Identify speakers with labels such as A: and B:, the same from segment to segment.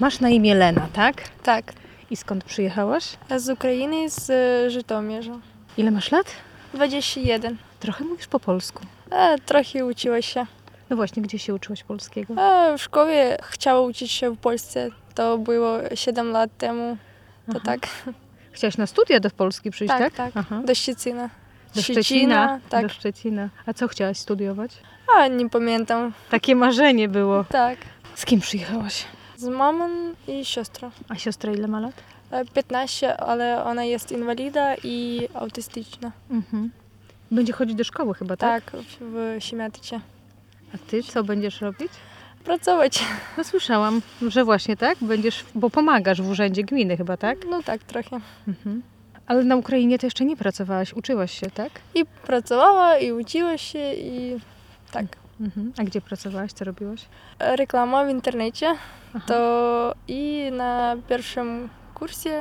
A: Masz na imię Lena, tak?
B: Tak,
A: I skąd przyjechałaś?
B: z Ukrainy, z e, Żytomierza.
A: Ile masz lat?
B: 21.
A: Trochę mówisz po polsku.
B: E, trochę uczyła się.
A: No właśnie, gdzie się uczyłaś polskiego?
B: E, w szkole chciała uczyć się w Polsce. To było 7 lat temu. To
A: Aha.
B: tak.
A: Chciałaś na studia do Polski przyjść, Mhm. tak?
B: Tak, tak.
A: Aha.
B: Do Szczecina.
A: Do
B: Szczecina,
A: Szczecina.
B: tak.
A: Do Szczecina. A co chciałaś studiować?
B: A nie pamiętam.
A: Takie marzenie było.
B: Tak.
A: Z kim przyjechałaś?
B: Z mamą i siostrą.
A: A siostra ile ma lat?
B: E, 15, ale ona jest inwalida i autystyczna.
A: Mhm. Będzie chodzić do szkoły chyba, tak?
B: Tak, w, w Siemiatycie.
A: A ty co będziesz robić?
B: Pracować.
A: No słyszałam, że właśnie tak, będziesz, bo pomagasz w urzędzie gminy chyba, tak?
B: No tak, trochę.
A: Mhm. Ale na Ukrainie to jeszcze nie pracowałaś, uczyłaś się, tak?
B: I pracowała, i uczyła się, i tak.
A: Mhm. A gdzie pracowałaś, co robiłaś?
B: Реклама в інтернеті,
A: Ага.
B: то і на першому курсі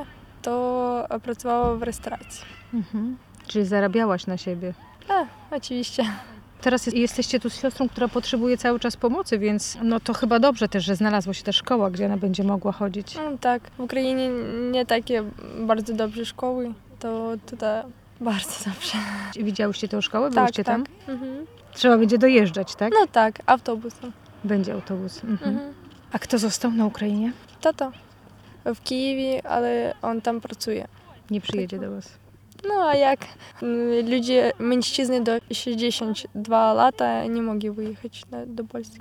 B: то працювала в ресторації.
A: Mhm. Czyli zarabiałaś na siebie.
B: А, очевидно.
A: Teraz jest- jesteście tu z siostrą, która potrzebuje cały czas pomocy, więc no to chyba dobrze też, że znalazła się ta szkoła, gdzie ona będzie mogła chodzić.
B: Ну так, в Україні не такі bardzo добрі школи, то туди bardzo добре.
A: Widziałyście tę szkołę?
B: Так,
A: Byłyście
B: так.
A: tam?
B: Мгм.
A: Trzeba będzie dojeżdżać, tak?
B: Ну так, автобусом.
A: Będzie autobus. Mhm.
B: Мгм.
A: A kto został na Ukrainie?
B: Тато в Києві, але він там працює.
A: Nie przyjedzie do Was.
B: Ну а як М, люди меншчизни до 62 лата не могли виїхати на- до Польщі.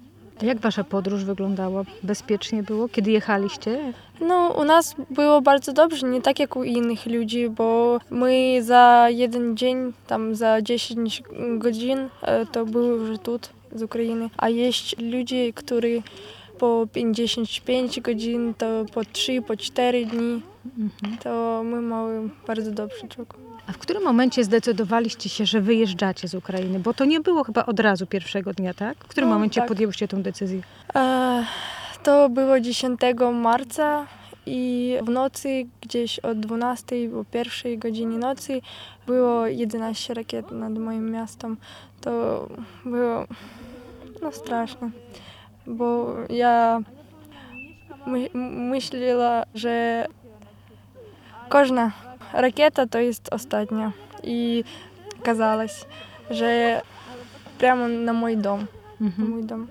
A: A jak Wasza podróż wyglądała? Bezpiecznie było? Kiedy jechaliście?
B: No, u nas było bardzo dobrze, nie tak jak u innych ludzi, bo my za jeden dzień, tam za 10 godzin, e, to były już tu z Ukrainy. A jest ludzie, którzy po 55 godzin, to po 3, po 4 dni,
A: Mhm.
B: to my mamy bardzo dobrze czego.
A: A w którym momencie zdecydowaliście się, że wyjeżdżacie z Ukrainy? Bo to nie było chyba od razu pierwszego dnia, tak? W którym
B: No,
A: momencie
B: tak.
A: podjęłyście tą decyzję?
B: E, To było 10 marca i w nocy, gdzieś od 12 o 1 godzinie nocy, było 11 rakiet nad moim miastem. To było no, straszne, bo ja my, myślała, że każda rakieta to jest ostatnia. I казалось, że прямо на мой дом
A: Mhm.
B: mój dom.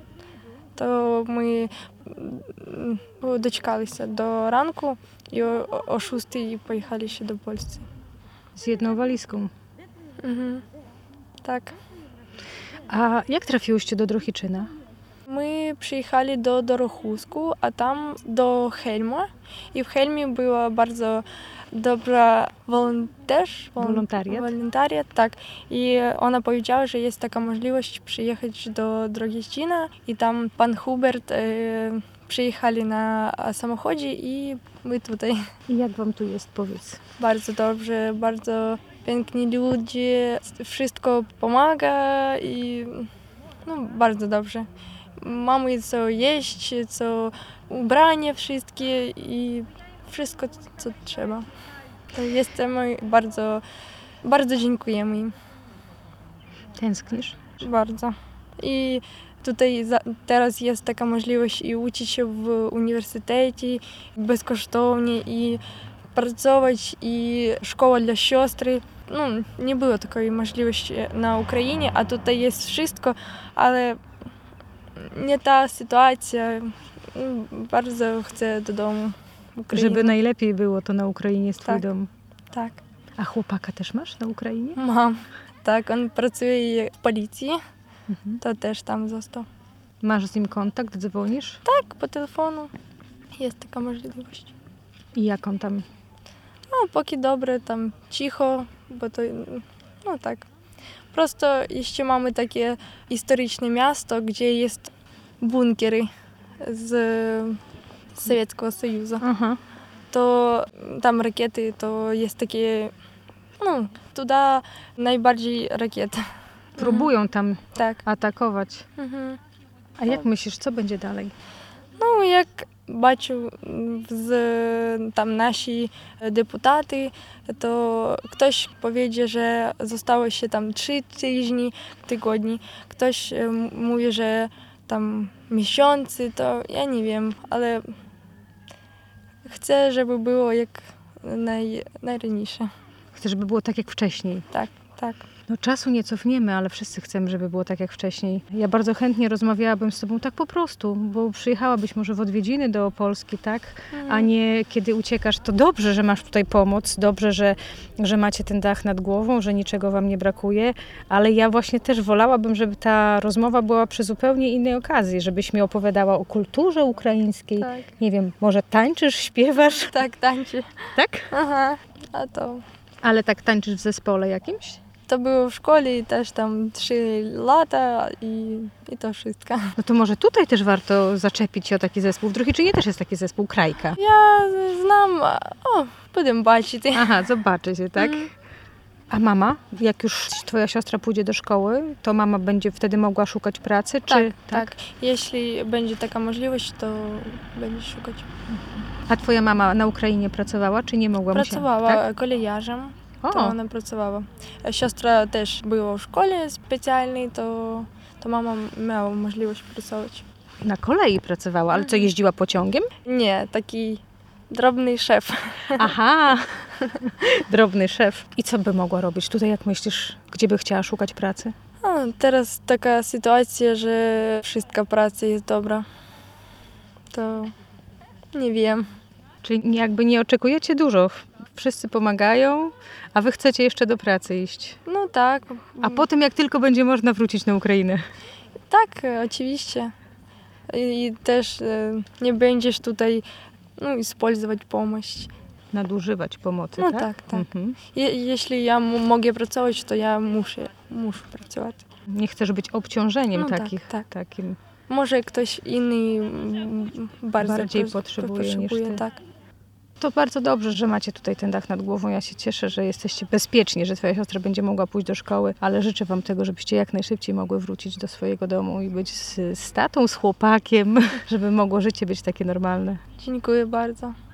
B: То ми м, дочекалися до ранку і о, о- о 6 поїхали ще до Польщі.
A: Z jedną walizką.
B: Угу. Так.
A: A jak trafiłyście do Drohiczyna?
B: Ми приїхали до Дорохуску, а там до Хельма. І в Хельмі була дуже добра волонтер. волон-
A: Волонтаріат.
B: волонтаріат, так. І вона повідомила, що є така можливість приїхати до Дрогічина. І там пан Хуберт е, приїхали на а, самоході, і ми тут. э,
A: I jak Wam tu jest, powiedz?
B: Bardzo dobrze, bardzo piękni ludzie, wszystko pomaga i no, bardzo dobrze. Mamy co jeść, co ubranie wszystkie i wszystko, co trzeba. To jesteśmy bardzo, bardzo dziękujemy im,
A: Tęsknisz?
B: bardzo. I tutaj za, teraz jest taka możliwość i uczyć się w uniwersytecie bezkosztownie i pracować і школа для сестри. Ну, не було такої можливості на Україні, а тут є wszystko, але не та ситуація. Ну, Bardzo chcę додому в Україну.
A: Żeby najlepiej było to na Ukrainie jest Twój
B: Tak.
A: dom.
B: Так.
A: A chłopaka też masz na Ukrainie?
B: Мам. Так, він працює в поліції,
A: Mhm.
B: то теж там застав.
A: Masz z nim kontakt, dzwonisz?
B: Так, по телефону є така можливість.
A: I jak on tam?
B: Ну, поки добре, там тихо, бо то ну так. Просто ще мами таке історичне місто, де є бункери з е, Совєтського Союзу.
A: Aha.
B: То там ракети, то є такі. Ну, туди найбільші ракети.
A: Próbują tam
B: Так.
A: atakować.
B: Угу.
A: A jak myślisz, co będzie dalej?
B: Ну, як бачу м, з е, там наші депутати, то хтось повідає, що зостало ще там три тижні, тигодні, хтось е, м- мовить, що там місяці, то я не вім, але Chcę, żeby było jak naj, najraniejsze.
A: Chcę, żeby było tak jak wcześniej.
B: Tak.
A: No czasu nie cofniemy, ale wszyscy chcemy, żeby było tak jak wcześniej. Ja bardzo chętnie rozmawiałabym z tobą tak po prostu, bo przyjechałabyś może w odwiedziny do Polski, tak? A nie kiedy uciekasz, to dobrze, że masz tutaj pomoc, dobrze, że, że macie ten dach nad głową, że niczego wam nie brakuje, ale ja właśnie też wolałabym, żeby ta rozmowa była przy zupełnie innej okazji, żebyś mi opowiadała o kulturze ukraińskiej.
B: Tak,
A: Nie wiem, może tańczysz, śpiewasz,
B: tak, tańczy.
A: tak?
B: Aha. A to,
A: Ale tak tańczysz w zespole jakimś?
B: to było w szkole i też tam trzy lata i, i to wszystko.
A: No to może tutaj też warto zaczepić się o taki zespół. W Druhiczynie też jest taki zespół Krajka.
B: Ja znam, o, będę бачити.
A: Aha, zobaczy się, tak?
B: Mm.
A: A mama, jak już twoja siostra pójdzie do szkoły, to mama będzie wtedy mogła szukać pracy, czy
B: Tak, tak. Jeśli będzie taka możliwość, to będziesz szukać.
A: A twoja mama na Ukrainie pracowała, czy nie mogła? Musiała-
B: tak. Pracowała
A: Tak?
B: kolejarzem, to
A: O,
B: вона працювала. Сестра теж була в школі спеціальній, то, то мама мала можливість працювати.
A: na kolei pracowała, ale co
B: Mhm.
A: jeździła pociągiem?
B: Ні, такий дробний шеф.
A: Aha, drobny szef. I co by mogła robić tutaj, jak myślisz, gdzie by chciała szukać pracy?
B: А, зараз така ситуація, що всіка праця є добра. То не вім.
A: Czyli jakby nie oczekujecie dużo. Wszyscy pomagają, a wy chcecie jeszcze do pracy iść.
B: Ну так.
A: A potem, jak tylko będzie można wrócić na Ukrainę.
B: Так, е, очевидно. І, і теж е, не будеш тут ну, no, использовать помощь.
A: Nadużywać pomocy,
B: Ну
A: tak?
B: так, так.
A: Mhm.
B: Є- Якщо я м- можу працювати, то я мушу, мушу працювати.
A: Nie chcesz być obciążeniem
B: No tak,
A: takich,
B: tak.
A: takim.
B: Може, хтось інший м, bardzo
A: Bardziej
B: pos-
A: potrzebuje niż ty.
B: так.
A: To bardzo dobrze, że macie tutaj ten dach nad głową. Ja się cieszę, że jesteście bezpiecznie, że twoja siostra będzie mogła pójść do szkoły, ale życzę wam tego, żebyście jak najszybciej mogły wrócić do swojego domu i być z, z tatą, z chłopakiem, żeby mogło życie być takie normalne.
B: Dziękuję bardzo.